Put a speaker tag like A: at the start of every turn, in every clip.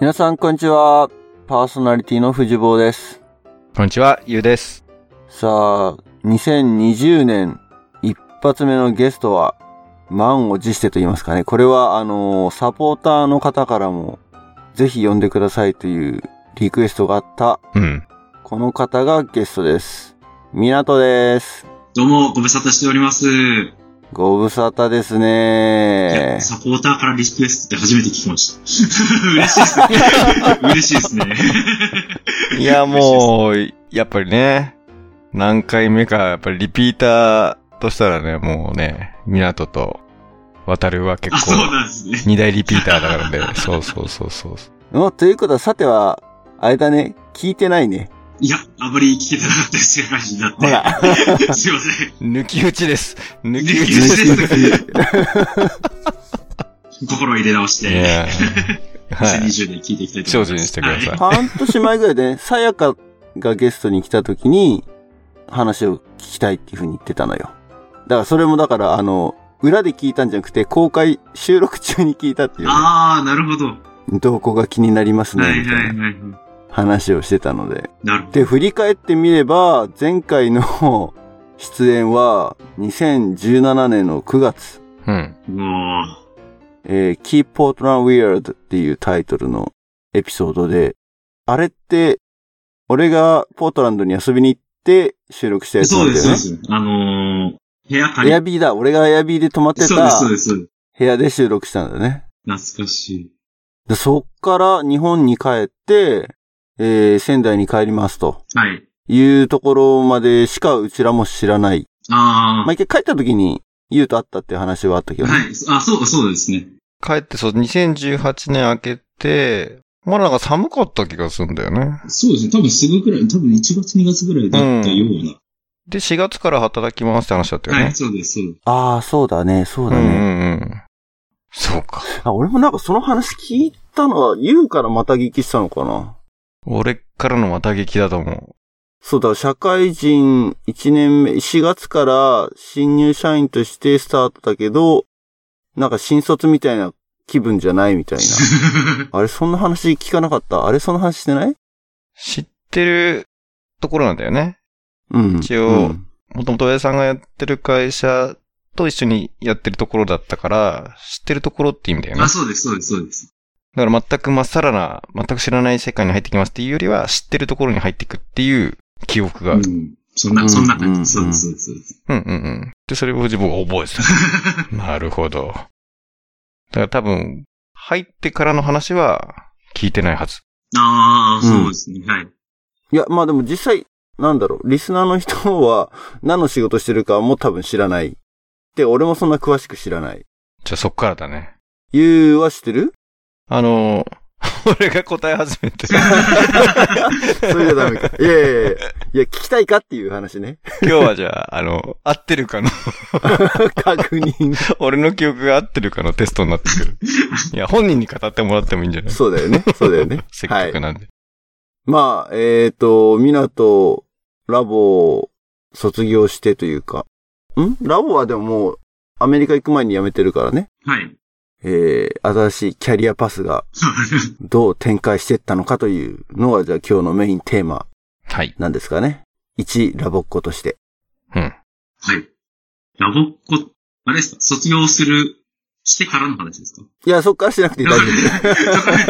A: 皆さん、こんにちは。パーソナリティの藤坊です。
B: こんにちは、ゆうです。
A: さあ、2020年一発目のゲストは、満を持してと言いますかね。これは、あのーサポーターの方からも、ぜひ呼んでくださいというリクエストがあった、
B: うん。
A: この方がゲストです。港です。
C: どうも、ご無沙汰しております。
A: ご無沙汰です
C: いや
A: ね。
C: サポーターからリクエストって初めて聞きま した。嬉しいですね。嬉しいですね。
B: いや、もう、やっぱりね、何回目か、やっぱりリピーターとしたらね、もうね、港と渡るは結
C: あ、そう
B: 構、
C: なんですね。
B: 二大リピーターだからね。そうそうそうそう。
A: おということは、さては、あれだね。聞いてないね。
C: いや、あまり聞けてなかったですよ、感じになって。
A: ほら。
C: すいません。
B: 抜き打ちです。抜き打ちで
C: 抜き打ちです。心を入れ直し
B: す。い
C: て、
B: やー はい。
C: 2020年聞いていきたいと
B: 精
C: 思い
B: 進
C: ます。
B: してください。
C: はい
A: 半年前ぐらいでね、さやかがゲストに来た時に、話を聞きたいっていう風に言ってたのよ。だからそれもだから、あの、裏で聞いたんじゃなくて、公開収録中に聞いたっていうね、
C: あー、なるほど。は
A: 動向が気になります
C: いは
A: ね、
C: い
A: みた
C: はいい
A: な
C: はい。
A: 話をしてたので。
C: なるほど。
A: で、振り返ってみれば、前回の 出演は、2017年の9月、
B: うん。
C: も
A: えー Keep Portland Weird っていうタイトルのエピソードで、あれって、俺がポートランドに遊びに行って収録したや
C: う、
A: つな
C: そ
A: ん
C: うで
A: だ
C: す、
A: よ
C: そう
A: ね
C: で。す。あのー、部屋借
A: エ
C: り
A: アビーだ。俺がエアビーで泊まって
C: そうです、
A: た
C: そうです、そうです。
A: 部屋で収録したんだよね。
C: 懐かしい。
A: でそっから日本に帰って、えー仙台に帰りますと
C: はい。
A: いうところまでしかうちらも知らない。
C: あ
A: 毎回帰った時に、ゆうと会ったっていう話はあったけ
C: あ、
A: どね。
C: はい。あ、そうか、そうですね。
B: 帰って、そう、2018年明けて、まだなんか寒かった気がするんだよね。
C: そうですね。多分すぐくらい、多分1月2月ぐらいだったような。
B: で、4月から働きますって話だったよね。
C: はい、そうです、そうです。
A: ああ、そうだね、そうだ
B: うんう
A: ね、
B: んうん。そうか。
A: あ、俺もなんかその話聞いたのは、ゆうからまた聞きしたのかな。
B: 俺からのまた劇だと思。
A: そうだ、社会人1年目、4月から新入社員としてスタートだけど、なんか新卒みたいな気分じゃないみたいな。 あれ、そんな話聞かなかったあれ、その話してないう
B: 知ってるところなんだよね。
A: うん。
B: 一応
A: うん
B: もともと親さんがやってる会社と一緒にやってるところだったから、知ってるところって意味だよね。
C: あ、そうです、そうです、そうです。
B: だから全くまっさらな、全く知らない世界に入ってきますっていうよりは、知ってるところに入っていくっていう記憶があ
C: う
B: る。
C: ん。そん
A: うん
C: な、そんな
A: う
C: 感
A: ん
C: じ。
A: うん
C: そうです、そうです、そうです。
B: うんうんうん。で、それを自分が覚え てた。なるほど。だから多分、入ってからの話は聞いてないはず。
C: ああ、
A: うん
C: そうですね。はい。
A: いや、まあでも実際、なんだろう、リスナーの人は何の仕事してるかも多分知らない。で、俺もそんな詳しく知らない。
B: じゃあそっからだね。
A: ゆうは知ってる
B: あの ー俺が答え始 めて。
A: それじゃダメ か。いやいやいやいや、聞きたいかっていう話ね。
B: 今日はじゃあ、あの、合ってるかの、
A: 確認。
B: 俺の記憶が合ってるかのテストになってくる。 いや、本人に語ってもらってもいいんじゃない。
A: そうだよね。そうだよね
B: せっ
A: は
B: か
A: い
B: く。なんで。
A: まあ、えっ、と、ミナとラボを卒業してというか、んラボはでももうアメリカ行く前に辞めてるからね、
C: はい。
A: えー、新しいキャリアパスがどう展開していったのかというのが、じゃあ今日のメインテーマ
B: はい。
A: なんですかね。一ラボっ子として。
B: うん。
C: はい。ラボっ子、あれですか卒業する、してからの話ですか
A: いや、そっからしなくて大丈
C: そっから、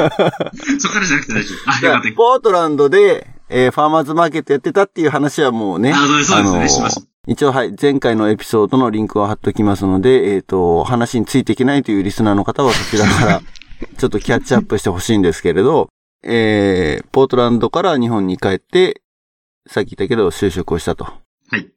C: そっからじゃなくて大丈夫。あ、
A: 夫。い
C: よか
A: や
C: った。
A: ポートランドで、えーファーマーズマーケットやってたっていう話はもう ね、
C: あそうですそうですしました
A: 一応はい、前回のエピソードのリンクを貼っときますので、えっ、と、話についていけないというリスナーの方はそちらから、 ちょっとキャッチアップしてほしいんですけれど、えー、ポートランドから日本に帰って、さっき言ったけど就職をしたと。
C: はい。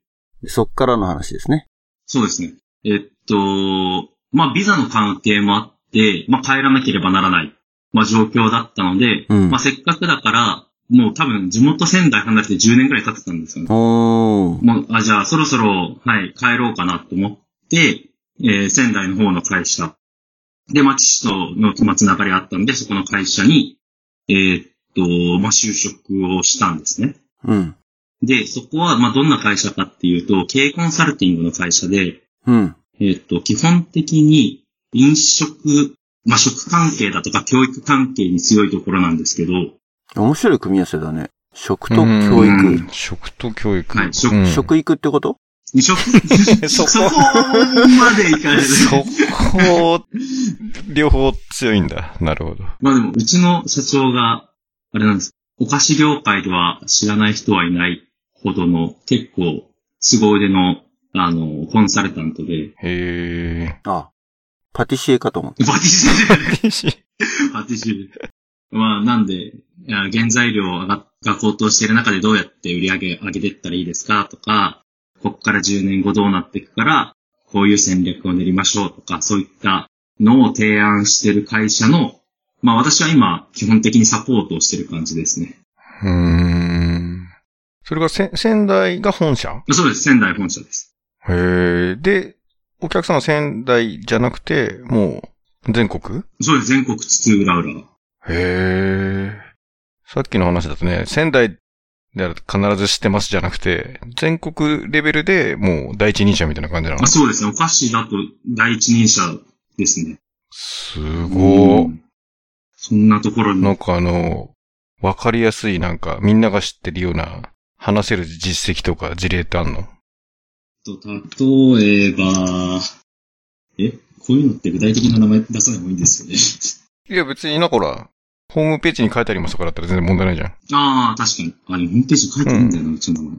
A: でそっからの話ですね。
C: そうですね。えっと、まあ、ビザの関係もあって、まあ、帰らなければならない、まあ、状況だったので、
A: うん
C: まあ、せっかくだから、もう多分地元仙台離れて10年くらい経ってたんですよね。
A: おー。
C: もう、あ、じゃあそろそろ、はい、帰ろうかなと思って、えー仙台の方の会社。で、まあ、父との、まあ、つながりあったんで、そこの会社に、えーっと、まあ、就職をしたんですね。
A: うん。
C: で、そこは、まあ、どんな会社かっていうと、経営コンサルティングの会社で、
A: うん。
C: えっと、基本的に飲食まあ、食関係だとか教育関係に強いところなんですけ ど、
A: 面白い組み合わせだね。食と
B: うん
A: 教
C: うん
A: 育。
B: 食と教育。
C: はい食
B: うん
A: 食育ってこと
C: 食、そ
B: そ
C: こ
B: こ
C: までいかない。
B: そこ、両方強いんだ。なるほど。
C: まあでも、うちの社長が、あれなんです。お菓子業界では知らない人はいないほどの結構凄腕の、あの、コンサルタント で、
B: へ
A: あ、パティシエかと思う。
C: パティシエじゃない
B: ー。
C: パティシエ。まあ、なんで、いや原材料がが高騰している中でどうやって売り上げ上げていったらいいですかとか、ここから10年後どうなっていくから、こういう戦略を練りましょうとか、そういったのを提案している会社の、まあ私は今、基本的にサポートをしている感じですね。
B: うーん。それがせ仙台が本社
C: そうです。仙台本社です。
B: へえ。で、お客さんは仙台じゃなくて、もう、全国
C: そうです。全国津々浦々。
B: へえ。さっきの話だとね、仙台では必ず知ってますじゃなくて、全国レベルでもう第一人者みたいな感じなの
C: あそうですね。お菓子だと第一人者ですね。
B: すごー。
C: うんそんなところに
B: なんかあの、わかりやすいなんか、みんなが知ってるような、話せる実績とか事例ってあんの
C: と、例えば、え、こういうのって具体的な名前出さない方がいいんですよね。
B: いや別にな、ほら、ホームページに書いてありますとかだったら全然問題ないじゃん。
C: ああ、確かに。あれ、ホームページ書いてないんだよな、うちの名前。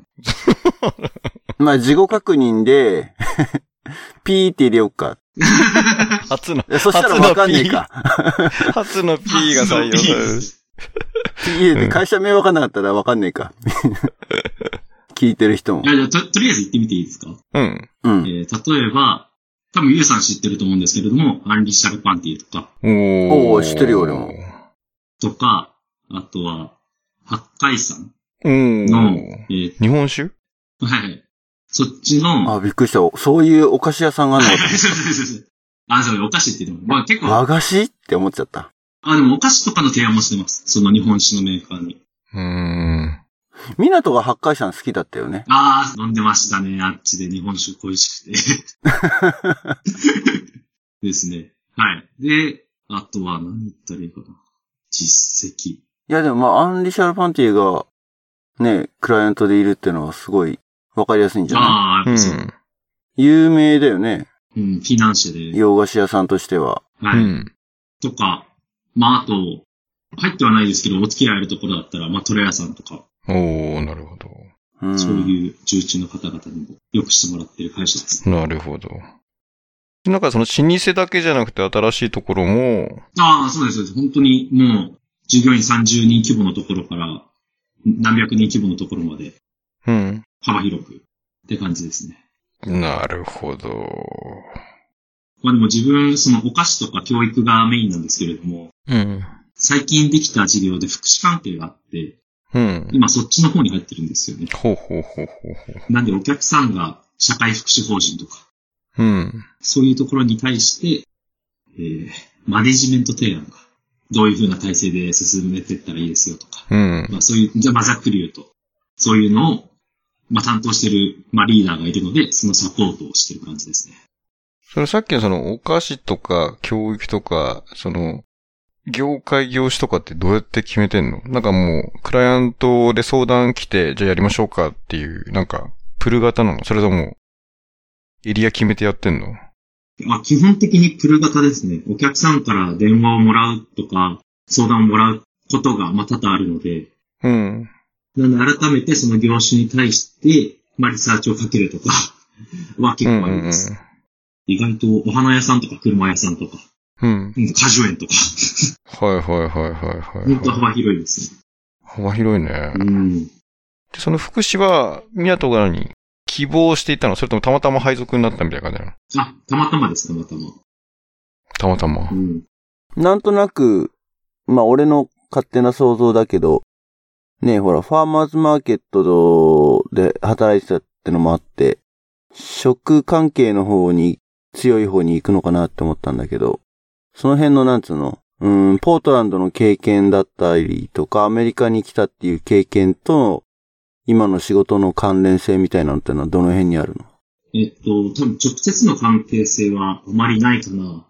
A: まあ、事後確認で、 ピーって入れようか。
B: 初の、
A: いやそしたらわかんねえか。
B: 初の P が採用される。
A: ピー入れて会社名わかんなかったらわかんねえ か。聞いてる人も
C: い。やいや、と、とりあえず言ってみていいですか
B: うん。
A: うん。
C: えー、例えば、多分ゆうさん知ってると思うんですけれども、アンリシャルパンティとか、
B: おー
A: おー知ってるよ俺も
C: とか、あとは、八海山
B: おー
C: の、えー
B: 日本酒
C: はい。そっちの、
A: あ、びっくりした。そういうお菓子屋さんがあるのかと
C: そうそうそうそうあ、そう、お菓子って言っても、まあ結構、
A: 和菓子って思っちゃった。
C: あ、でもお菓子とかの提案もしてます。その日本酒のメーカーに。
B: うーん。
A: 港が八海山好きだったよね。
C: ああ、飲んでましたね。あっちで日本酒恋しくて。ですね。はい。で、あとは何言ったらいいかな。実績。
A: いやでもまあ、アンリシャルパンティが、ね、クライアントでいるってのはすごいわかりやすいんじゃな
C: ああ、
B: う
C: やっぱそう。
B: ん。
A: い有名だよね。
C: うん、フィナンシェで。
A: 洋菓子屋さんとしては。
B: う
C: はい。
B: ん。
C: とか、まああと、入ってはないですけど、お付き合いあるところだったら、まあトレアさんとか、
B: おーなるほど。
A: うん。
C: そういう重鎮の方々にもよくしてもらってる会社です。
B: なるほど。なんかその老舗だけじゃなくて新しいところも、
C: ああ、そうです、そうです。本当にもう、従業員30人規模のところから、何百人規模のところまで、
B: うん。
C: 幅広くって感じですね。
B: なるほど。
C: まあでも自分、そのお菓子とか教育がメインなんですけれども、
B: うん。
C: 最近できた事業で福祉関係があって、
B: うん。
C: 今そっちの方に入ってるんですよね。
B: ほうほうほうほうほ
C: なんでお客さんが社会福祉法人とか、
B: う。うん。
C: そういうところに対して、えー、マネジメント提案が、どういう風な体制で進めていったらいいですよとか、
B: うん。
C: まあそういう、じゃあまあざっくり言うと、そういうのを、まあ担当してる、まあリーダーがいるので、そのサポートをしてる感じですね。
B: それさっきのそのお菓子とか教育とか、その、業界業種とかってどうやって決めてんのなんかもう、クライアントで相談来て、じゃあやりましょうかっていう、なんか、プル型なのそれとも、エリア決めてやってんの
C: まあ、基本的にプル型ですね。お客さんから電話をもらうとか、相談をもらうことが、まあ、多々あるので、
B: うん。
C: なので改めてその業種に対して、まあ、リサーチをかけるとか は結構あります。意外とお花屋さんとか車屋さんとか、
B: うんうんうん。
C: うん果樹園とか、
B: はいはいはいはいはい、
C: 本当
B: はい。
C: 幅広いですね。
B: 幅広いね。
C: うん。
B: で、その福祉は、港が何希望していたのそれともたまたま配属になったみたいな感じなの
C: あ、たまたまです、たまたま。
B: たまたま
C: う。ん。
A: なんとなく、まあ俺の勝手な想像だけど、ねえほら、ファーマーズマーケットで働いてたってのもあって、食関係の方に、強い方に行くのかなって思ったんだけど、その辺のなんつうの、うーん、ポートランドの経験だったりとか、アメリカに来たっていう経験と、今の仕事の関連性みたいなのってのはどの辺にあるの
C: えっと、多分直接の関係性はあまりないかな。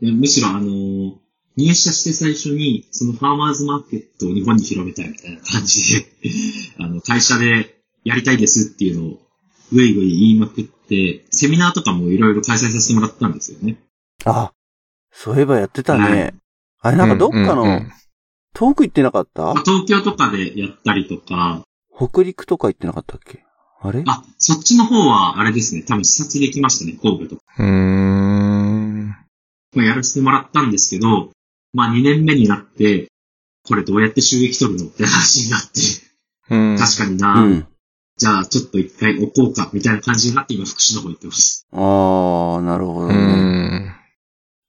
C: でむしろ、あのー入社して最初に、そのファーマーズマーケットを日本に広めたいみたいな感じで、 あの、会社でやりたいですっていうのを、ぐいぐい言いまくって、セミナーとかもいろいろ開催させてもらったんですよね。
A: あ、そういえばやってた
C: はい
A: ね。あれなんかどっか
B: うんう
A: の
B: ん、
A: 遠く行ってなかった
C: まあ、東京とかでやったりとか、
A: 北陸とか行ってなかったっけあれ
C: あ、そっちの方は、あれですね、多分視察できましたね、神戸とか
B: うん。うーん。
C: まあ、やらせてもらったんですけど、まあ2年目になって、これどうやって収益取るのって話になって、
B: うん。
C: 確かに
A: う
C: な、
A: ん。
C: じゃあちょっと一回置こうか、みたいな感じになって今福祉の方行ってます。
A: ああ、なるほど
B: う
A: ね。
B: ん。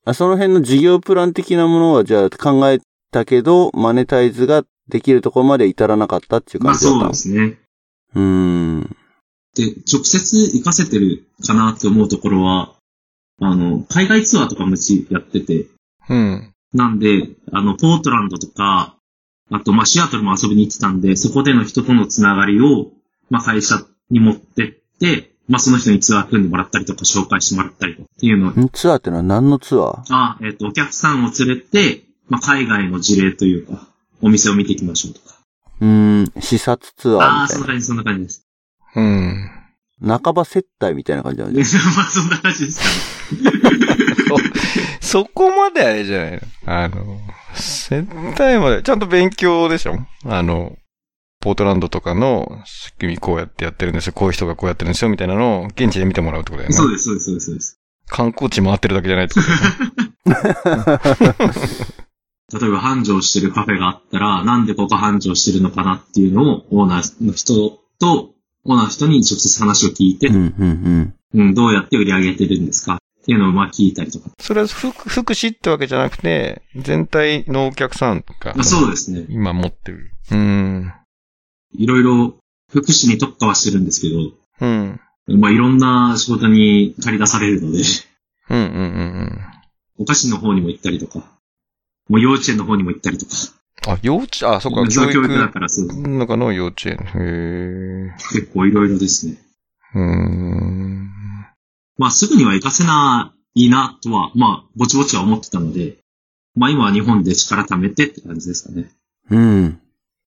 A: あその辺の事業プラン的なものはじゃあ考えたけど、マネタイズができるところまで至らなかったっていう
C: まあ
A: 感じだった
C: そ
A: の
C: うですね。
A: うーん。
C: で、直接活かせてるかなって思うところは、あの、海外ツアーとかもうちやってて、
B: うん。
C: なんで、あの、ポートランドとか、あと、まあ、シアトルも遊びに行ってたんで、そこでの人とのつながりを、まあ、会社に持ってって、まあ、その人にツアー組んでもらったりとか、紹介してもらったりとかっていうのを、
A: んツアーってのは何のツアー
C: あ、えっ、と、お客さんを連れて、まあ、海外の事例というか、お店を見ていきましょうとか。
A: うーん、視察ツ
C: あ
A: アー
C: あ、
A: みたい
C: そんな感じ、そんな感じです。
B: うん。
A: な。半ば接待みたいな感じなん
C: で
A: で。
C: まあ、そんな感じですかね。
B: そこまであれじゃないのあの、接待まで、ちゃんと勉強でしょあの、ポートランドとかの仕組みこうやってやってるんですよ。こういう人がこうやってるんですよ。みたいなのを現地で見てもらうってことだよね。
C: そうです、そうです、そうです、そうです。
B: 観光地回ってるだけじゃないってことだよね。
C: 例えば、繁盛してるカフェがあったら、なんでここ繁盛してるのかなっていうのを、オーナーの人と、オーナーの人に直接話を聞いて
A: うん、、うん、
C: うん、どうやって売り上げてるんですかっていうのをまあ聞いたりとか。
B: それは福福祉ってわけじゃなくて、全体のお客さんとか
C: まあ、、そうですね。
B: 今持ってる。うん。
C: いろいろ福祉に特化はしてるんですけど、
B: うん。
C: まあいろんな仕事に借り出されるので、
B: うんうんうん
C: お菓子の方にも行ったりとか、もう幼稚園の方にも行ったりとか。
B: うん。あ、幼稚、あ、そっか、
C: そ
B: 教
C: う教育だ
B: 育
C: からそう
B: の中の幼稚園。へ
C: 結構いろいろですね。
B: え。うん。
C: まあすぐには行かせないなとは、まあぼちぼちは思ってたので、まあ今は日本で力貯めてって感じですかね。
A: うん。うん。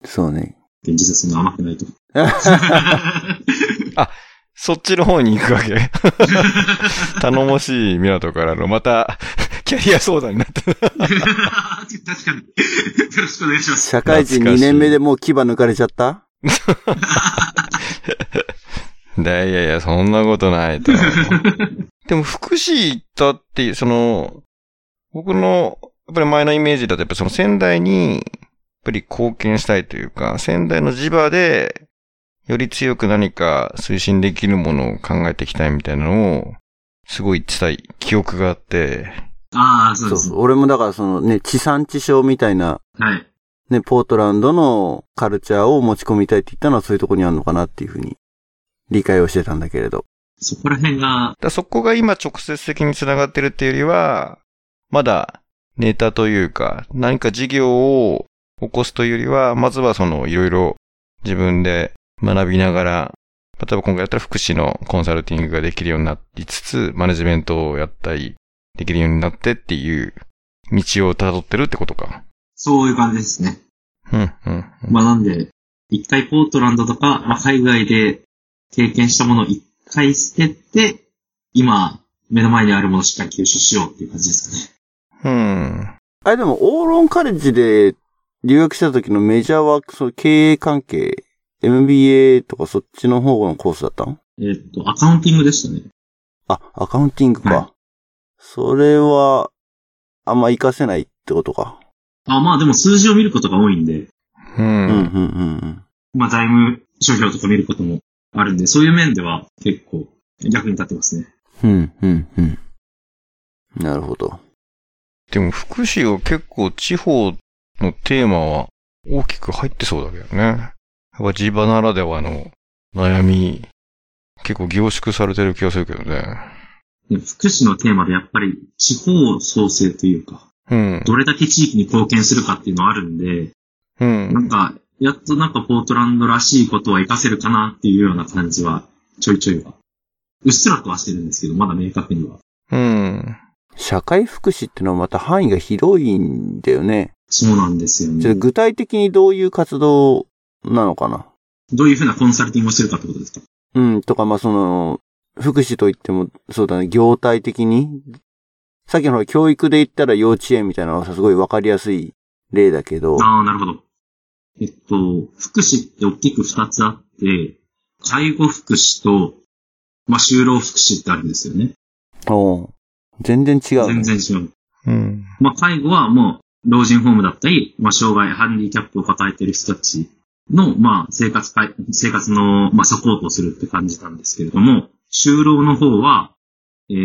A: そうね。
C: 現実はそんな甘くな いと。
B: そっちの方に行く わけ。頼もしいミラトからの、また、キャリア相談になった。
C: 確かに。よろしくお願いします。
A: 社会人
B: 懐か
A: 2
B: しい
A: 年目でもう牙抜かれちゃった
B: いやいやいや、そんなことないと。でも、福祉行ったっていう、その、僕の、やっぱり前のイメージだと、やっぱその仙台に、やっぱり貢献したいというか、仙台の地場で、より強く何か推進できるものを考えていきたいみたいなのを、すごい伝え、記憶があって、
C: ああ、そう
A: そ
C: で
A: う
C: す
A: そ
C: ね。
A: う。俺もだからそのね、地産地消みたいな、
C: はい。
A: ね、ポートランドのカルチャーを持ち込みたいって言ったのはそういうとこにあるのかなっていうふうに理解をしてたんだけれど。
C: そこら辺が、
B: だからそこが今直接的に繋がってるっていうよりは、まだネタというか、何か事業を起こすというよりは、まずはそのいろいろ自分で学びながら、例えば今回だったら福祉のコンサルティングができるようになりつつ、マネジメントをやったり、できるようになってっていう道を辿ってるってことか。
C: そういう感じですね。
B: うん、うん。うん
C: まあなんで、一回ポートランドとか、まあ、海外で経験したものを一回捨てて、今、目の前にあるものをしっかり吸収しようっていう感じですかね。
B: うん。
A: あれでも、オーロンカレッジで留学した時のメジャーは、その経営関係、MBA とかそっちの方のコースだったの
C: えーっ、と、アカウンティングでしたね。
A: あ、アカウンティングか。
C: は
A: それは、あんま活かせないってことか。
C: あ、まあでも数字を見ることが多いんで、
B: う
A: うん、うん、うん
B: ん。、
A: うん。
C: まあ財務諸表とか見ることもあるんで、そういう面では結構役に立ってますね。
A: うん、うん、うん。なるほど。
B: でも福祉は結構地方のテーマは大きく入ってそうだけどね。やっぱ地場ならではの悩み、結構凝縮されてる気がするけどね。
C: で福祉のテーマでやっぱり地方創生というか、
B: うん。
C: どれだけ地域に貢献するかっていうのはあるんで、
B: う
C: なん
B: ん。
C: か、やっとなんかポートランドらしいことは活かせるかなっていうような感じは、ちょいちょいは。うっすらとはしてるんですけど、まだ明確には。
B: うん。
A: 社会福祉ってのはまた範囲が広いんだよね。
C: そうなんですよね
A: じゃあ。具体的にどういう活動なのかな
C: どういうふうなコンサルティングをしてるかってことですか
A: うん、とか、まあ、その、福祉といっても、そうだね、業態的に。さっきのほら教育で言ったら幼稚園みたいなのがさ、すごいわかりやすい例だけど、
C: ああ、なるほど。えっと、福祉って大きく二つあって、介護福祉と、まあ、就労福祉ってあるんですよね。
A: おう全然違うね、
C: 全然違う。
B: うん。
C: まあ、介護はもう、老人ホームだったり、まあ、障害、ハンディキャップを抱えている人たちの、まあ、生活かい、生活の、まあ、サポートをするって感じなんですけれども、就労の方は、えっ、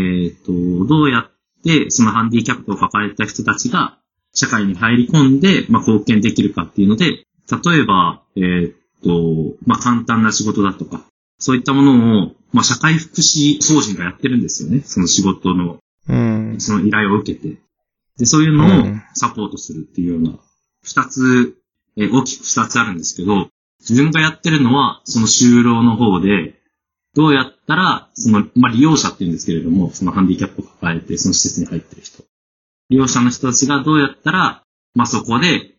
C: と、どうやって、そのハンディキャップを抱えた人たちが、社会に入り込んで、まあ、貢献できるかっていうので、例えば、えっ、と、まあ、簡単な仕事だとか、そういったものを、まあ、社会福祉法人がやってるんですよね。その仕事の
B: うん。
C: その依頼を受けて、で、そういうの
B: う
C: を
B: ん
C: サポートするっていうような、二つ、えー大きく二つあるんですけど、自分がやってるのは、その就労の方で、どうやったら、その、まあ、利用者って言うんですけれども、そのハンディキャップを抱えて、その施設に入ってる人。利用者の人たちがどうやったら、まあ、そこで、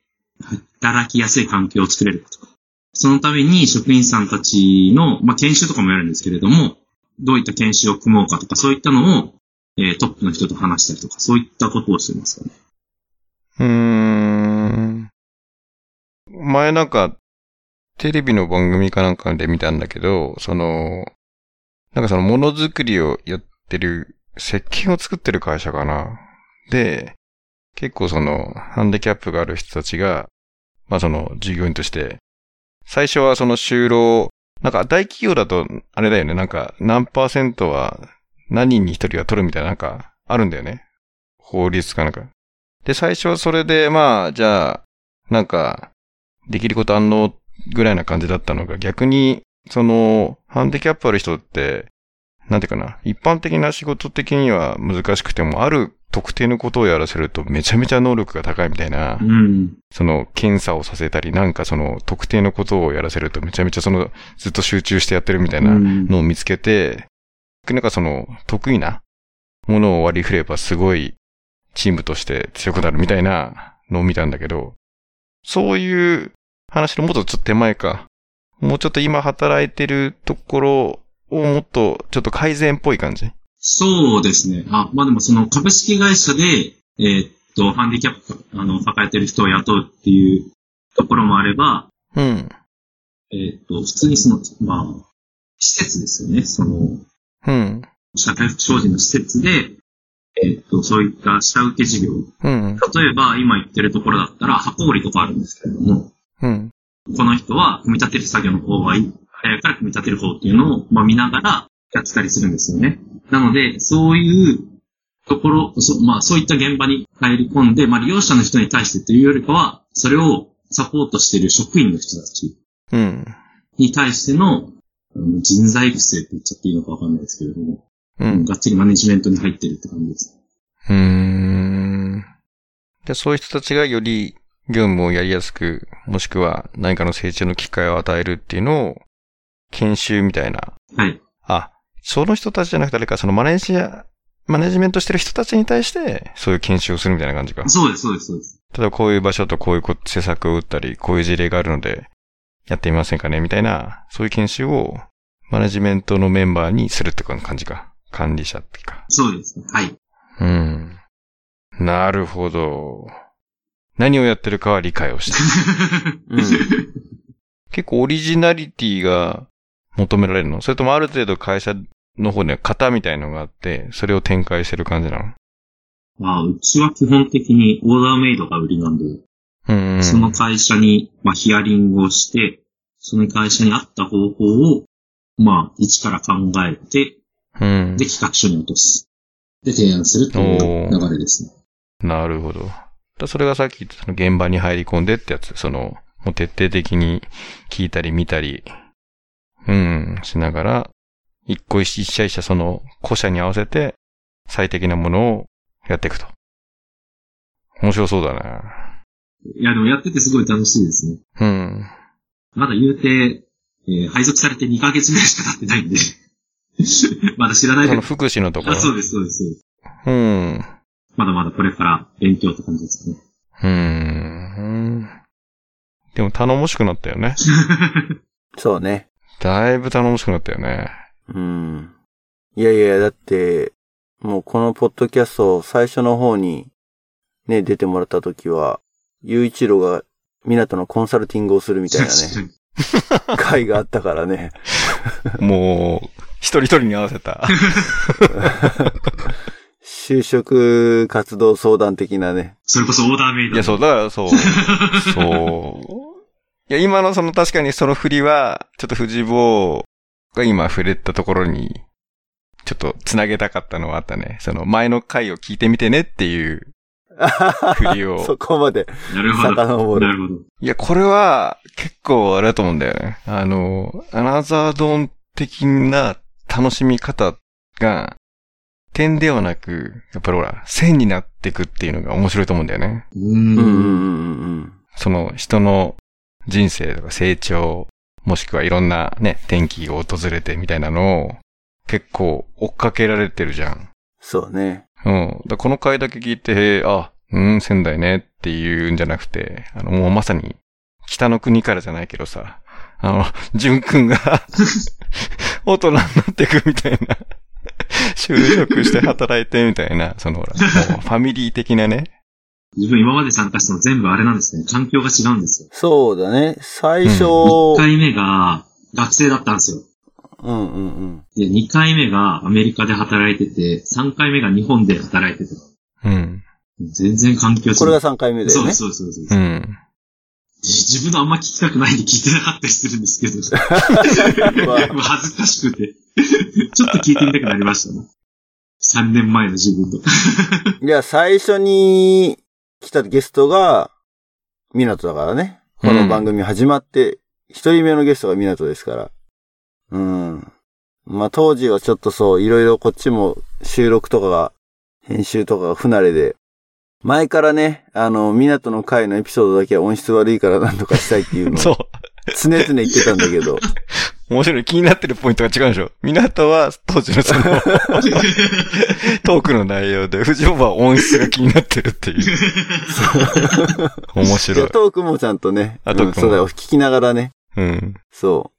C: 働きやすい環境を作れるかとか。そのために職員さんたちの、まあ、研修とかもやるんですけれども、どういった研修を組もうかとか、そういったのを、えートップの人と話したりとか、そういったことをしてますよね。
B: うーん。前なんか、テレビの番組かなんかで見たんだけど、その、なんかそのものづくりをやってる、石鹸を作ってる会社かな。で、結構その、ハンディキャップがある人たちが、まあその、従業員として、最初はその就労、なんか大企業だと、あれだよね、なんか何パーセントは、何人に一人は取るみたいな、なんか、あるんだよね。法律かなんか。で、最初はそれで、まあ、じゃあ、なんか、できることあんのぐらいな感じだったのが、逆に、その、ハンディキャップある人って、なんていうかな、一般的な仕事的には難しくても、ある特定のことをやらせるとめちゃめちゃ能力が高いみたいな、
C: うん。
B: その、検査をさせたり、なんかその、特定のことをやらせるとめちゃめちゃその、ずっと集中してやってるみたいな
C: うん
B: のを見つけて、なんかその、得意なものを割り振ればすごいチームとして強くなるみたいなのを見たんだけど、そういう話のもっとちょっと手前か。もうちょっと今働いてるところをもっとちょっと改善っぽい感じ。
C: そうですね。あ、まあでもその株式会社で、えーっと、ハンディキャップ、あの、抱えてる人を雇うっていうところもあれば、
B: うん。
C: えーっと、普通にその、まあ、施設ですよね。その、
B: うん。
C: 社会福祉法人の施設で、えーっと、そういった下請け事業。
B: うん。
C: 例えば、今言ってるところだったら、箱売りとかあるんですけれども、
B: うん。
C: この人は組み立てる作業の方がいい、早いから組み立てる方っていうのを、まあ、見ながらやってたりするんですよね。なので、そういうところ、そまあ、そういった現場に入り込んで、まあ、利用者の人に対してというよりかは、それをサポートしている職員の人たち
B: うん。
C: に対してのうん人材育成って言っちゃっていいのかわかんないですけれども、
B: うん。
C: がっつりマネジメントに入ってるって感じです。
B: うーん。で、そういう人たちがより業務をやりやすく、もしくは何かの成長の機会を与えるっていうのを、研修みたいな。
C: はい。
B: あ、その人たちじゃなくて、あれか、そのマネージャー、マネジメントしてる人たちに対して、そういう研修をするみたいな感じか。
C: そうです、そうです、そうです。
B: 例えばこういう場所とこういうこ施策を打ったり、こういう事例があるので、やってみませんかねみたいな、そういう研修を、マネジメントのメンバーにするって感じか。管理者っていうか。
C: そうです。はい。
B: うん。なるほど。何をやってるかは理解を した。
A: うん。
B: 結構オリジナリティが求められるのそれともある程度会社の方には型みたいのがあって、それを展開してる感じなの
C: まあ、うちは基本的にオーダーメイドが売りなんで、
B: うんうん。
C: その会社に、まあ、ヒアリングをして、その会社に合った方法を、まあ、一から考えて、
B: うん
C: で、。企画書に落とす。で、提案するという流れですね。
B: なるほど。だそれがさっき言ったその現場に入り込んでってやつ。その、もう徹底的に聞いたり見たり、うん、しながら、一個一社一社その個社に合わせて最適なものをやっていくと。面白そうだね。
C: いや、でもやっててすごい楽しいですね。
B: うん。
C: まだ言うて、えー配属されて2ヶ月ぐらいしか経って ないんで。まだ知らない
B: そ
C: け
B: の
C: ど。
B: 福祉のとこ
C: あ、
B: ろ。
C: そうです、そうです。そうです
B: うん。
C: まだまだこれから勉強って感じですね。
B: うーん。でも頼もしくなったよね。
A: そうね。
B: だいぶ頼もしくなったよね。
A: うん。いやいや、だって、もうこのポッドキャスト最初の方にね、出てもらった時は、雄一郎が港のコンサルティングをするみたい なね、
C: ね。
A: 回があったからね。
B: もう、一人一人に合わせた。
A: 就職活動相談的なね。
C: それこそオーダーメイド。
B: いや、そう、だからそう。そう。いや、今のその確かにその振りは、ちょっと藤坊が今触れたところに、ちょっと繋げたかったのはあったね。その前の回を聞いてみてねっていう振りを。
A: そこまで
C: なるほど。
A: 遡
C: な
A: る。
C: るほど。
B: いや、これは結構あれだと思うんだよね。あの、アナザードーン的な楽しみ方が、点ではなく、やっぱりほら、線になってくっていうのが面白いと思うんだよね。
C: う
A: うんうん
C: ん。
A: うんうん
B: その人の人生とか成長、もしくはいろんなね、天気が訪れてみたいなのを結構追っかけられてるじゃん。
A: そうね。
B: うん。だからこの回だけ聞いて、へえあ、うん、仙台ねっていうんじゃなくて、あの、もうまさに北の国からじゃないけどさ、あの、淳くんが 大人になってくみたいな、就職して働いてみたいな、そのほら、もうファミリー的なね、
C: 自分今まで参加したの全部あれなんですね。環境が違うんですよ。
A: そうだね。最初、
C: 1回目が学生だったんですよ。
A: うんうんうん。
C: で、2回目がアメリカで働いてて、3回目が日本で働いてて。
B: うん、
C: 全然環境違う。
A: これが3回目だ
C: そ
A: よ
C: う
A: ね。
C: そうそうそう、
B: うん。
C: 自分のあんま聞きたくないんで聞いてなかったりするんですけ ど。
A: まあ
C: もう 恥ずかしくて。ちょっと聞いてみたくなりましたね。3年前の自分と。
A: いや、最初に来たゲストが、港だからね。この番組始まって、一人目のゲストが港ですから。うん。まあ、当時はちょっとそう、いろいろこっちも収録とかが、編集とかが不慣れで、前からね、あの、港の回のエピソードだけは音質悪いからなんとかしたいっていうのを、常
B: そう。
A: 々言ってたん だけど、
B: 面白い。気になってるポイントが違うんでしょ港は当時のそのトークの内容で、藤尾は音質が気になってるっていう。面
A: い
B: 白
A: や
B: い。
A: トークもちゃんとね、
B: あトークも
A: うんそうだよ、聞きながらね、
B: うん。
A: そ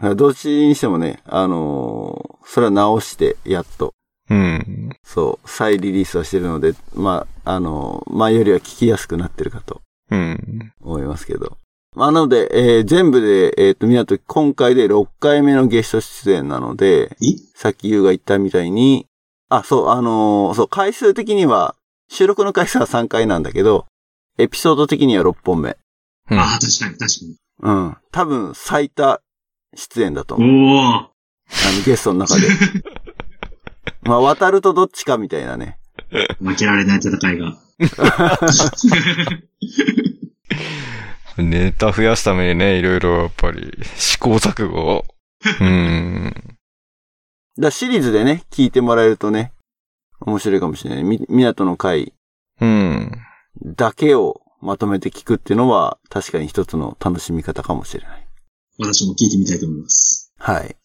A: う。どっちにしてもね、あのーそれは直して、やっと。
B: うん。
A: そう、再リリースはしてるので、まあ、あのー前よりは聞きやすくなってるかと
B: うん。
A: 思いますけど。まあ、なので、えー全部で、えっ、と、みなと、今回で6回目のゲスト出演なので、
C: え
A: さっき優が言ったみたいに、あ、そう、あのーそう、回数的には、収録の回数は3回なんだけど、エピソード的には6本目。
B: うん
C: ああ、確かに確
A: うん。多分、最多出演だと
C: か
A: 思う。
C: に。おお。
A: あの、ゲストの中 で。まあ、渡るとどっちかみたいなね。
C: 負けられない戦いが。
B: ネタ増やすためにね、いろいろやっぱり試行錯誤を。うん。
A: だからシリーズでね、聞いてもらえるとね、面白いかもしれない。み、港の会
B: うん。
A: だけをまとめて聞くっていうのは、確かに一つの楽しみ方かもしれない。
C: 私も聞いてみたいと思います。
A: はい。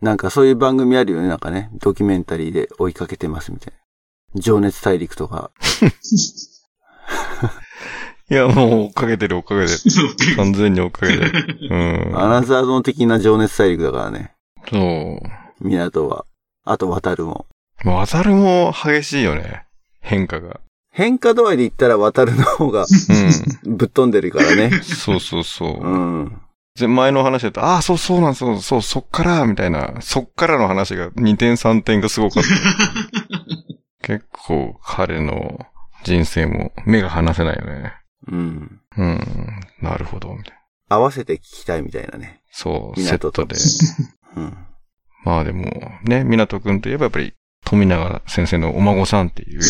A: なんかそういう番組あるよね、なんかね、ドキュメンタリーで追いかけてますみたいな。情熱大陸とか。
B: いや、もう追っかけてる追っかけてる。完全に追っかけてる。うん。
A: アナザードン的な情熱大陸だからね、
B: そ
A: 港は。あと渡るも。
B: う。まあ渡るも激しいよね。変化が。
A: 変化度合いで言ったら渡るの方が
B: うん。
A: ぶっ飛んでるから ね。
B: そうそうそう。
A: うん。
B: 前前の話だと、ああ、そうそうなんそう、そう、そっから、みたいな、そっからの話が2点3点がすご かった。結構彼の人生も目が離せないよね。
A: うん。
B: うん、なるほど、みたいな。
A: 合わせて聞きたいみたいなね。
B: そう、セ
A: 港
B: ッ
A: と
B: トで。
A: うん。ま
B: まあでも、ね、港くんといえばやっぱり富永先生のお孫さんっ ていう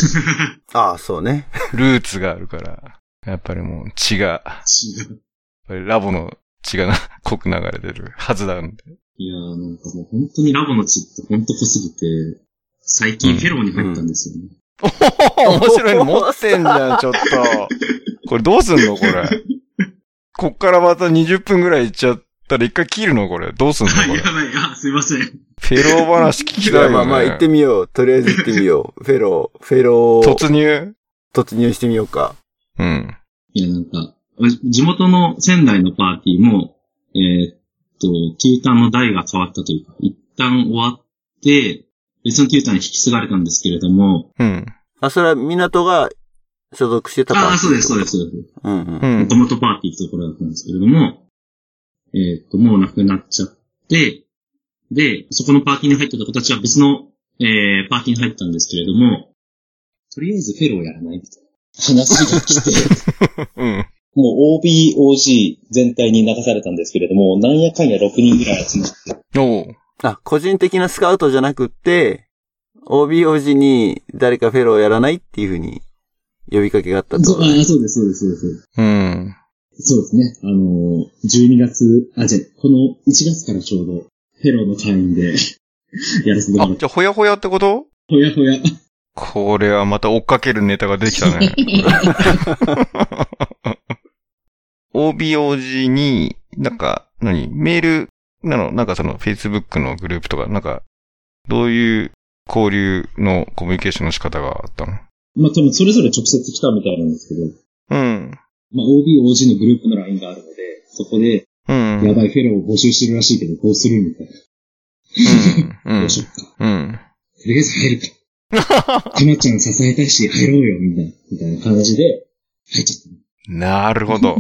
A: ああ、そうね。
B: ルーツがあるから、やっぱりもう血が、やっ
C: 違う。
B: ぱりラボの血がな濃く流れてるはずな んで。
C: いやーなんかもう本当にラボの血って本当濃すぎて、最近フェローに入ったんですよね。
B: 面白いの持ってんじ ゃん、ちょっと。これどうすんのこれ。こっからまた20分ぐらいいっちゃったら一回切るのこれ。どうすんの
C: はい、
B: これ
C: や。ばい。あ、すいません。
B: フェロー話聞きたいよ、ね。
A: まあまあ行ってみよう。とりあえず行ってみよ う。フェロー、フェロー、
B: 突入
A: 突入してみようか。
B: うん。
C: いや、なんか、地元の仙台のパーティーも、えーっと、テューターの代が変わったというか、一旦終わって、別のテューターに引き継がれたんですけれども、
B: うん。
A: あ、それは港が所属してたパーティー
C: ああ、そうです、そうです、。そうです。
A: うんうん
B: う。ん
C: もと。もとパーティーってところだったんですけれども、えーっと、もうなくなっちゃって、で、そこのパーティーに入ってた子たちは別の、えー、パーティーに入ったんですけれども、とりあえずフェローやらないみたいな話が来て、
B: うん。
C: もう OBOG 全体に流されたんですけれども、なんやかんや6人ぐらい集まって、
B: おう。
A: あ、個人的なスカウトじゃなくって、OBOG に誰かフェローやらないっていうふうに呼びかけがあったって
C: そ
A: こ
C: う
A: とだね
C: あそうです、そうです、そうです。
B: うん。
C: そうですね。あのー、12月、あ、じゃあこの1月からちょうど、ヘロの会員で、やらせても
B: あ
C: らっ、て、
B: じゃあ、ほやほやってこと
C: ほやほや。
B: これはまた追っかけるネタが出てきたね。OBOG に、なんか、何メールなのなんかその Facebook のグループとか、なんか、どういう交流のコミュニケーションの仕方があったの
C: まあ、多分それぞれ直接来たみたいなんですけど、
B: うん。
C: まあ、OBOG のグループの LINE があるので、そこで、
B: うん。
C: やばいフェローを募集してるらしいけど、どうするみたいな。
B: う ん。う
C: ど
B: ん
C: うしよっか。
B: うん。
C: とりあえず入るか。たまちゃん支えたいし、入ろうよ、みんな。みたいな感じで、入っちゃった。
B: なるほど。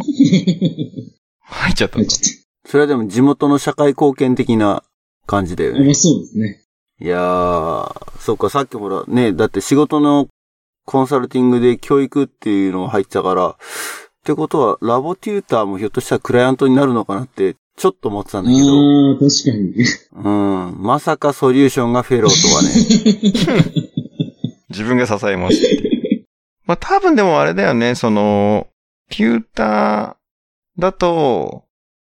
B: 入っちゃった
C: 入っ。ち
A: それはでも地元の社会貢献的な感じだよ
C: ゃった。ま
A: ね。
C: あそうですね。
A: いやー、そうか、さっきほらね、だって仕事のコンサルティングで教育っていうのが入ってたから、ってことはラボテューターもひょっとしたらクライアントになるのかなって、ちょっと思ってたんだけど、
C: ああ、確かに。
A: うん、まさかソリューションがフェローとは ね。
B: 自分が支えますって いう。まあ多分でもあれだよね、その、テューターだと、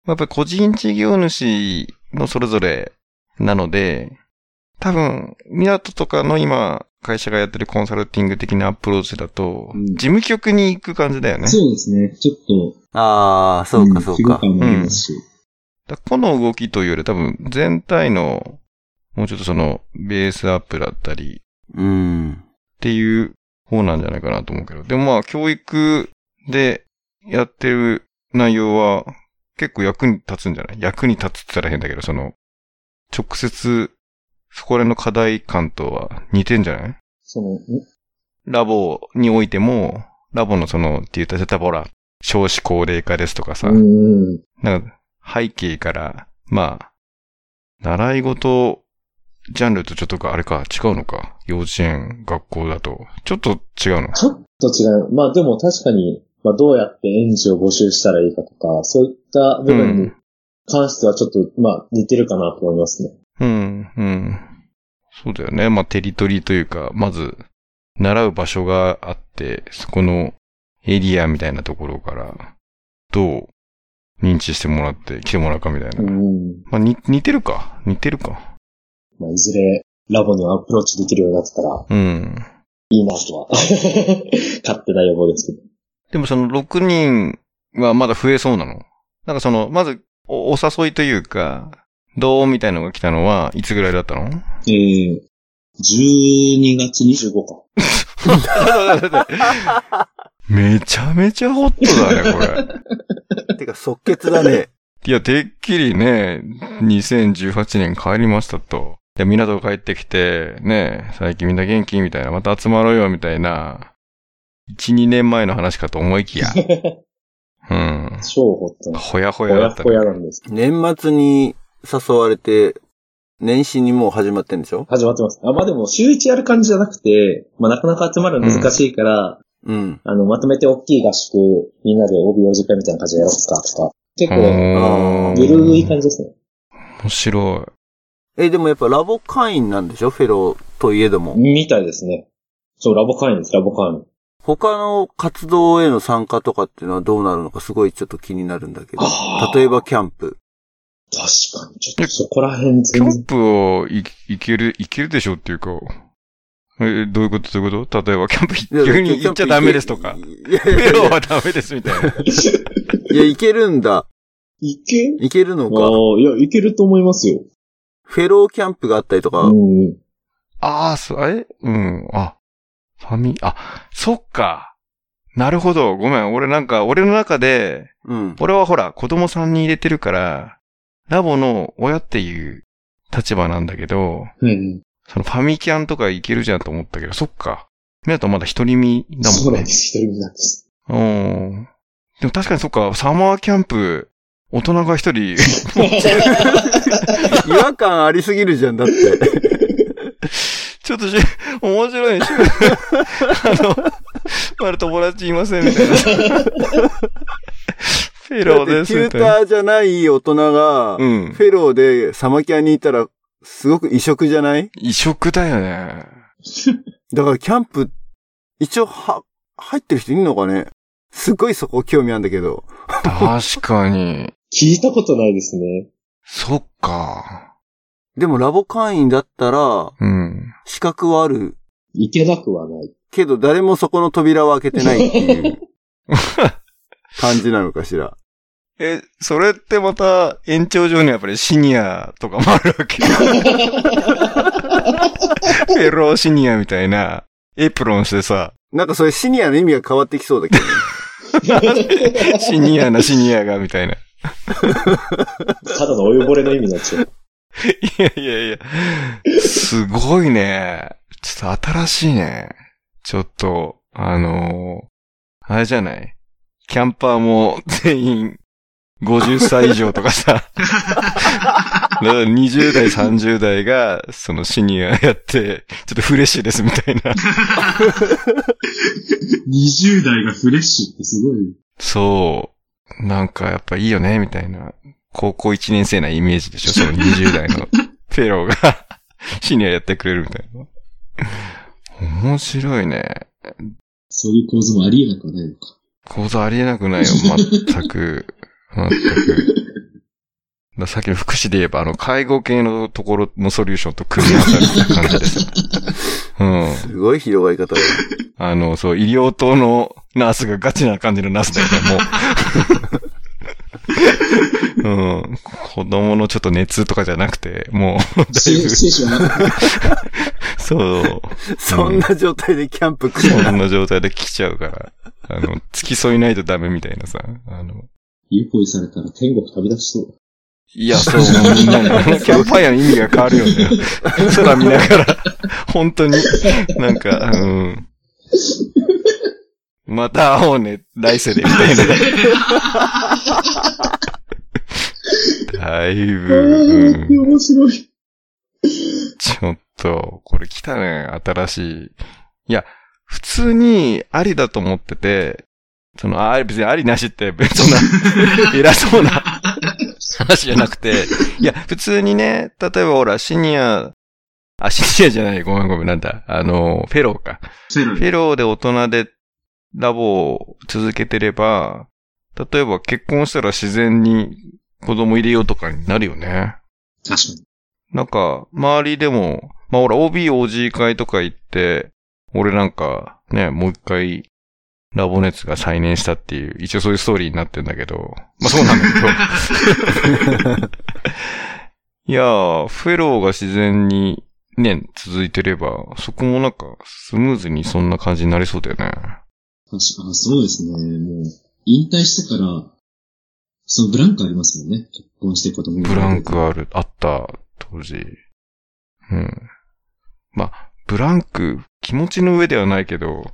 B: やっぱり個人事業主のそれぞれなので、多分、港とかの今、会社がやってるコンサルティング的なアプローチだと、
C: うん
B: 事務局に行く感じだよね。
C: そうですね。ちょっと、
A: あー、そうか、そう
C: 規模
A: か。
C: 感もありますし。
B: だからこの動きというより多分、全体の、もうちょっとその、ベースアップだったり、
A: うん。
B: っていう方なんじゃないかなと思うけど。でもまあ、教育でやってる内容は結構役に立つんじゃない役に立つって言ったら変だけど、その、直接、そこら辺の課題感とは似てんじゃない
C: その、
B: ラボにおいても、ラボのその、って言ったら多分ほら、少子高齢化ですとかさ、
C: うんうん。
B: なんか、背景から、まあ、習い事、ジャンルとちょっとあれか、違うのか。幼稚園、学校だと。ちょっと違うの
C: ちょっと違う。まあでも確かに、まあどうやって園児を募集したらいいかとか、そういった部分に関してはちょっと、まあ似てるかなと思いますね。
B: うん、うん。そうだよね。まあ、テリトリーというか、まず、習う場所があって、そこのエリアみたいなところから、どう認知してもらって、来てもらうかみたいな。
C: うん。
B: まあ、に似てるか。似てるか。
C: まあいずれ、ラボにアプローチできるようになったら、
B: うん。
C: いいなとは。 勝手な予防ですけど。
B: でもその6人はまだ増えそうなのなんかその、まずお、お誘いというか、どうみたいなのが来たのは、いつぐらいだったの
C: えー、12月25日。
B: めちゃめちゃホットだね、これ。
A: てか、即決だね。
B: いや、てっきりね、2018年帰りましたと。いや、港帰ってきて、ね、最近みんな元気みたいな、また集まろうよみたいな、1、2年前の話かと思い きや。うん。
C: 超ホットな。
B: ほやほ
C: ほ
B: やだ
C: や
B: った、
C: ほ
B: ね。
C: やなんです。
A: 年末に誘われて、年始にもう始まってんでしょ
C: 始まってます。あ、まあでも、週一やる感じじゃなくて、まあなかなか集まるの難しいから、
A: うん。
C: あの、まとめて大きい合宿、みんなで OB 時間みたいな感じでやろうか、とか。結
B: お
C: 構、ゆるい
B: ー
C: 感じですね。
B: 面白
A: え、でもやっぱラボ会員なんでしょフェローといえども。
C: みたいですね。そう、ラボ会員です、ラボ会員。
A: 他の活動への参加とかっていうのはどうなるのかすごいちょっと気になるんだけど。
C: あー
A: 例えばキャンプ。
C: 確かに、ちょっとそこら辺
B: い。キャ
C: 全
B: ン
C: 然。
B: プをいいける、いけるでしょっていうか、え、どういうことどういうこと例えば、キャンプ
A: いや
B: 急に行っちゃ ダメですとか。
A: いやい
B: ペ
A: やい
B: ロ
A: や
B: はダメですみたいな。
A: いや、いけるんだ。
D: いけ
A: いけるの
D: あ
A: か。
D: あ、いや、いけると思いますよ。
A: フェローキャンプがあったりとか
D: う、ん。
B: ああ、そう、えうん、あ、ファミ、あ、そっか。なるほど。ごめん。俺なんか、俺の中で、
A: うん。
B: 俺はほら、子供さんに入れてるから、ラボの親っていう立場なんだけど、
D: うん。
B: そのファミキャンとかいけるじゃんと思ったけど、そっか。みなとまだ独り身だ
D: そ
B: も
D: うんなん
B: ね
D: で。す。一人身なんです。
B: うん。でも確かにそっか、サマーキャンプ、大人が一人、
A: 違和感ありすぎるじゃん、だ って。
B: ちょっとし、 面白いし、あの、 まだ友達いませんみた いな。フェロ
A: だ
B: ーで
A: って
B: す。
A: テュ
B: み
A: ー
B: たいな
A: ターじゃない大人が、
B: うん。
A: フェローでサマキャンにいたら、すごく異色じゃない
B: 異色だよね。
A: だからキャンプ、一応は、入ってる人いるのかねすごいそこ興味あるんだけど。
B: 確か に。
D: 聞いたことないですね。
B: そっか。
A: でもラボ会員だったら、
B: うん。
A: 資格はある。
D: いけなくはない。
A: けど誰もそこの扉を開けてないっていう 感じなのかしら。
B: え、それってまた、延長上にはやっぱりシニアとかもあるわけ。 フェローシニアみたいな、エプロンして さ、
A: なんかそれシニアの意味が変わってきそうだけど。
B: シニアなシニアがみたいな。
D: ただのお汚れの意味になっちゃう。
B: いやいやいや。すごいね。ちょっと新しいね。ちょっと、あのーあれじゃないキャンパーも全員50歳以上とかさ。だから20代、30代が、そのシニアやって、ちょっとフレッシュですみたいな。
C: 20代がフレッシュってすごい。
B: そう。なんかやっぱいいよね、みたいな。高校1年生なイメージでしょ、その20代のフェローがシニアやってくれるみたいな。面白いね。
D: そういう構図もありえなくはないのか。
B: 構造ありえなくないよ、全く。全く。ださっきの福祉で言えば、あの、介護系のところのソリューションと組み合わされた感じです。うん。
A: すごい広がり方だ。
B: あの、そう、医療棟のナースがガチな感じのナースだよね、 もう。うん。子供のちょっと熱とかじゃなくて、もう、だいぶ、
D: 精神はなくて
B: そう、
A: そんな状態でキャンプ来る
B: こ
A: な。
B: んな状態で来ちゃうから、あの、付き添いないとダメみたいなさ、あの、
D: 有効にされたら天国飛び出しそう。
B: いや、そう、もうみんなに、あ のキャンパイヤーの意味が変わるよね。 空見ながら、本当に、なんか、うん。また会おうね、来世で、み たいな。だいぶ、うん
D: 面白い。
B: ちょっと、これ来たね、新しい。いや、普通にありだと思ってて、その、あ別にありなしって、別にそんな、偉そうな話じゃなくて、いや、普通にね、例えばほら、シニア、あ、シニアじゃない、ごめんごめん、なんだ、あの、フェローか。
C: フェロ
B: フ
C: ー。
B: ェローで大人でラボを続けてれば、例えば結婚したら自然に子供入れようとかになるよね。
C: 確かに。
B: なんか、周りでも、まあほら、OB、OG 会とか行って、俺なんか、ね、もう一回、ラボ熱が再燃したっていう、一応そういうストーリーになってんだけど、まあそうなんだけど。いやー、フェローが自然に、ね、続いてれば、そこもなんか、スムーズにそんな感じになりそうだよね。
D: 確か、あそうですね。もう、引退してから、そのブランクありますもんね。結婚して子供
B: ブランク
D: は。
B: ある、あった、当時。うん。まあ、ブランク、気持ちの上ではないけど、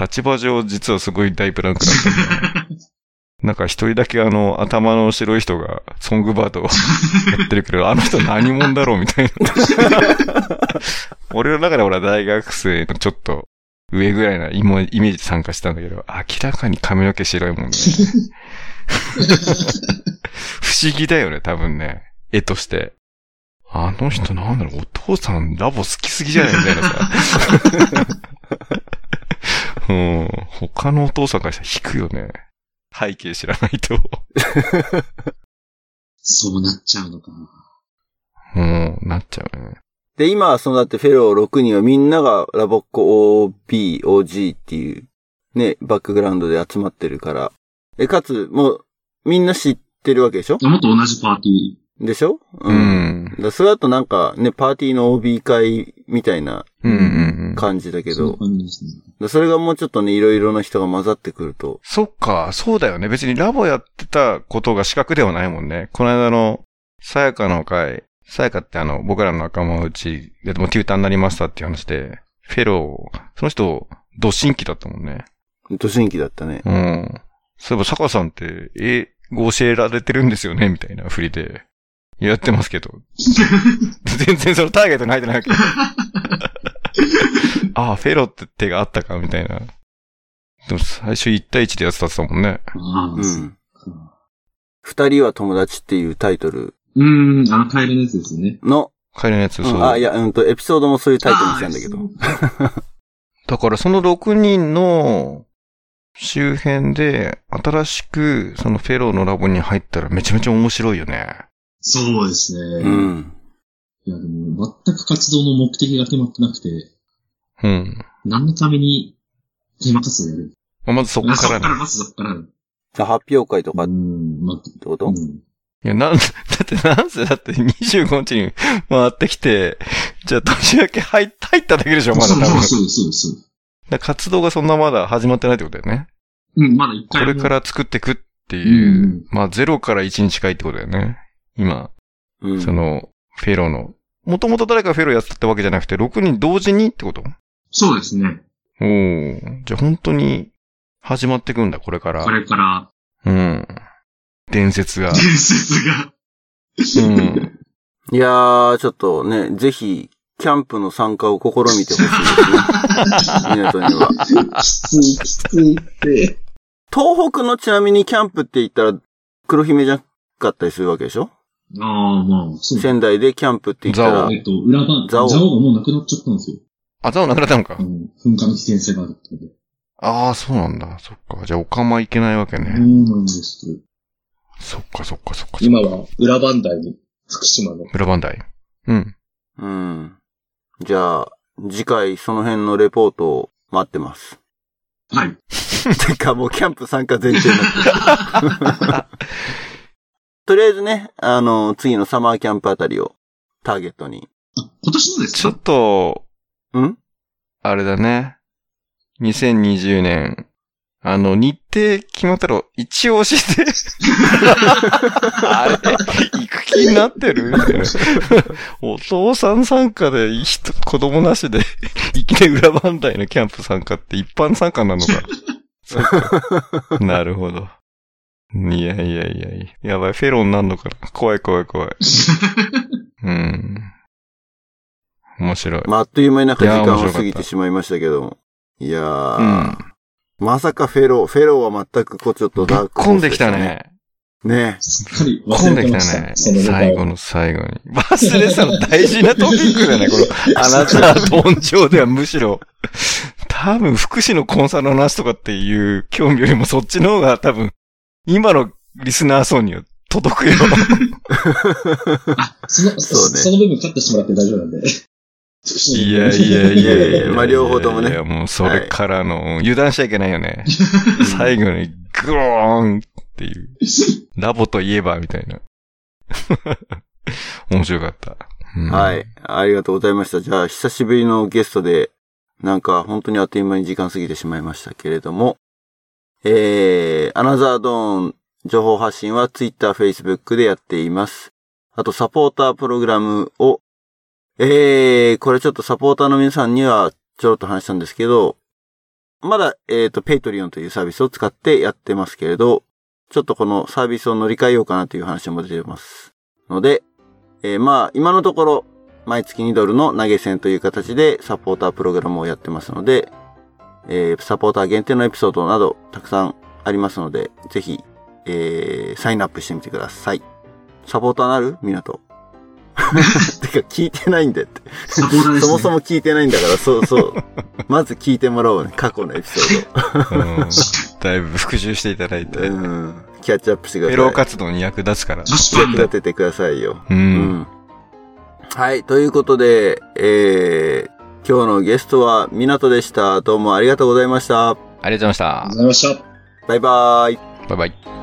B: 立場上実はすごい大ブランクだったんだよね。なんか一人だけあの、頭の白い人が、ソングバードを やってるけど、あの人何者だろうみたいな。 俺の中でほら大学生のちょっと上ぐらいなイモイメージで参加したんだけど、明らかに髪の毛白いもんね。不思議だよね、多分ね。絵として。あの人なんだろう、お父さんラボ好きすぎじゃないみたいなさ。うん。他のお父さんからしたら引くよね。背景知らないと。
D: そうなっちゃうのか。
B: うん、なっちゃうね。
A: で、今、そのだってフェロー6人はみんながラボッコ OB、OG っていうね、バックグラウンドで集まってるから。で、かつ、もう、みんな知っってるわけでしょ
C: もっと同じパーティー。
A: でしょう
B: う。ん。
A: だからそれだとなんかね、パーティーの OB 会みたいな
B: うん。うん。
A: 感じだけ
D: そうい
A: ど、
D: う感じですね。
A: だからそれがもうちょっとね、いろいろな人が混ざってくると、
B: そっか、そうだよね。別にラボやってたことが資格ではないもんね。この間の、さやかの会、さやかってあの、僕らの仲間うちで、もうテューターになりましたっていう話で、フェロー、その人、ド新規だったもんね。
A: 都心期だったね。
B: うん。そういえば、坂さんって、英語教えられてるんですよねみたいな振りで、やってま すけど。全然そのターゲットに入ってないわけ。ああ、フェローって手があったかみたいな。でも最初1対1でやってたってたもんね。
C: あ
A: う
C: あ、そっ
A: ん。
C: か
A: 二人は友達っていうタイトル
C: うーん、あの、
D: カエルのやつですね。
A: の、
B: 帰りのやつ、
A: うん
B: そう。
A: あ、いや、うんと、エピソードもそういうタイトルにしたんだけど。
B: だからその6人の周辺で新しくそのフェローのラボに入ったらめちゃめちゃ面白いよね。
D: そうですね。
A: うん。
D: いや、でも、全く活動の目的が決まってなくて、
B: うん。
D: 何のために、テーマ活動やる
B: まあまずそこ
C: あ
B: か
C: そ
B: ら
C: っ
B: ね
C: か。ら、まずそっから。う
A: じゃあ発表会とか
D: う
A: っ
D: ん、ま
A: てこと、
D: うん。
B: いや、なん、 だってなんせだって25日に回ってきて、じゃあ年明け入っ入っただけでしょ、まだ
D: そ
B: 多
D: う
B: 分。だ
D: そう
B: か
D: そうそうそう。
B: ら活動がそんなまだ始まってないってことだよね。
C: ん、まだ一
B: こ
C: 回も。
B: れから作ってくっていう、
D: うん
B: まあ0から1に近いってことだよね。今、
A: うん
B: その、フェローの。もともと誰かフェローやってたってわけじゃなくて、6人同時にってこと
C: そうですね。
B: おお、じゃあ本当に始まってくんだ、これから
C: こ。れから、
B: うん。伝 説が。
C: 伝説が。
B: うん。
A: いやー、ちょっとね、ぜひ、キャンプの参加を試みてほしい ですね。港には。
D: きつい、きついって。
A: 東北のちなみにキャンプって言ったら、黒姫じゃなかったりするわけでしょ
D: ああ、まあ、そう。
A: 仙台でキャンプって言った
B: 蔵
A: ら
B: 王、
D: えっと、裏番、
A: 蔵
D: ザ
A: 王
D: オがもうなくなっちゃったんですよ。
B: あ、ザオなくなったのか
D: あ。の、噴火の危険性があるってことで。
B: ああ、そうなんだ。そっか。じゃあ、おかまいけないわけ
D: そ
B: ね。
D: うなんですよ。
B: そっか、そっか、そっか。
D: 今は、裏番台に、福島の。
B: 裏番台。うん。
A: うん。じゃあ、次回その辺のレポートを待って ます。
C: はい。
A: てかもうキャンプ参加前提になってる とりあえずね、あの、次のサマーキャンプあたりをターゲットに。
D: あ、
C: 今年のです
B: ちょ
C: か
B: っと、
A: ん
B: あれだね。2020年。あの、日程決まったら、一応教えて。あれ行く気になってるみたいな。お父さん参加で、いい人子供なしで、いきなり裏番台のキャンプ参加って一般参加なのか。そっかなるほど。いやいやいやいや。やばい、フェローになるのかな。怖い怖い怖い。うん。面白い。
A: まあ、あっという間になんか時間
B: いやー面白
A: を
B: かった
A: 過ぎてしまいましたけども。いや
B: う
A: ー、
B: ん。
A: まさかフェロー、フェローは全くこうちょっと
B: ぶっ
A: ダーク
B: こ
A: ホ
B: ん
A: ース
B: で
A: で
B: き
A: したた。
B: ね。
A: ね
D: すっかり
B: 混ん
D: 忘
B: で
D: れ
B: き
D: て
B: た
D: ました。
B: ね。
D: そのネタを
B: 最後の最後に。忘れてたの大事なトピックだね、この。あなたは頓上ではむしろ。多分、福祉のコンサルの話とかっていう興味よりもそっちの方が多分、今のリスナー層には届くよ。
D: その、
A: そうね
D: その部分カットしてもらって大丈夫なんで。
B: いやいやいやいや
A: いやまあ両方ともね
B: いや、もうそれからの、油断しちゃいけないよね。最後に、グローンっていう。ラボといえば、みたいな。面白かった。うん
A: はい。。ありがとうございました。じゃあ、久しぶりのゲストで、なんか本当にあっという間に時間過ぎてしまいましたけれども、えー、アナザードーン情報発信は Twitter、Facebook でやっています。あと、サポータープログラムを、えー、これちょっとサポーターの皆さんにはちょろっと話したんですけど、まだ、えっ、と、ペイトリオンというサービスを使ってやってますけれど、ちょっとこのサービスを乗り換えようかなという話も出てます。ので、えーまあ、今のところ、毎月2ドルの投げ銭という形でサポータープログラムをやってますので、えーサポーター限定のエピソードなどたくさんありますので、ぜひ、えーサインアップしてみてください。サポーターなるみなと。てか、聞いてないんだって。
C: サポーターです、ね。
A: そもそも聞いてないんだから、そうそう。まず聞いてもらおうね、過去のエピソー
B: うんだいぶ復習していただい
A: ド。
B: て、
A: う
B: フ
A: ん。キャッチアップしてくださ
B: ェ
A: い。
B: ロー活動に役立つから。
C: 確
A: 役
C: か
A: 立ててくださいよ。
B: う。
A: うんん。はい。ということで、えー、今日のゲストは港でした。どうもありがとうございました。
B: ありがとうございま
D: ありがとう
B: し
D: ございました。
A: バイバーイ。
B: た。バイバイ。
C: に。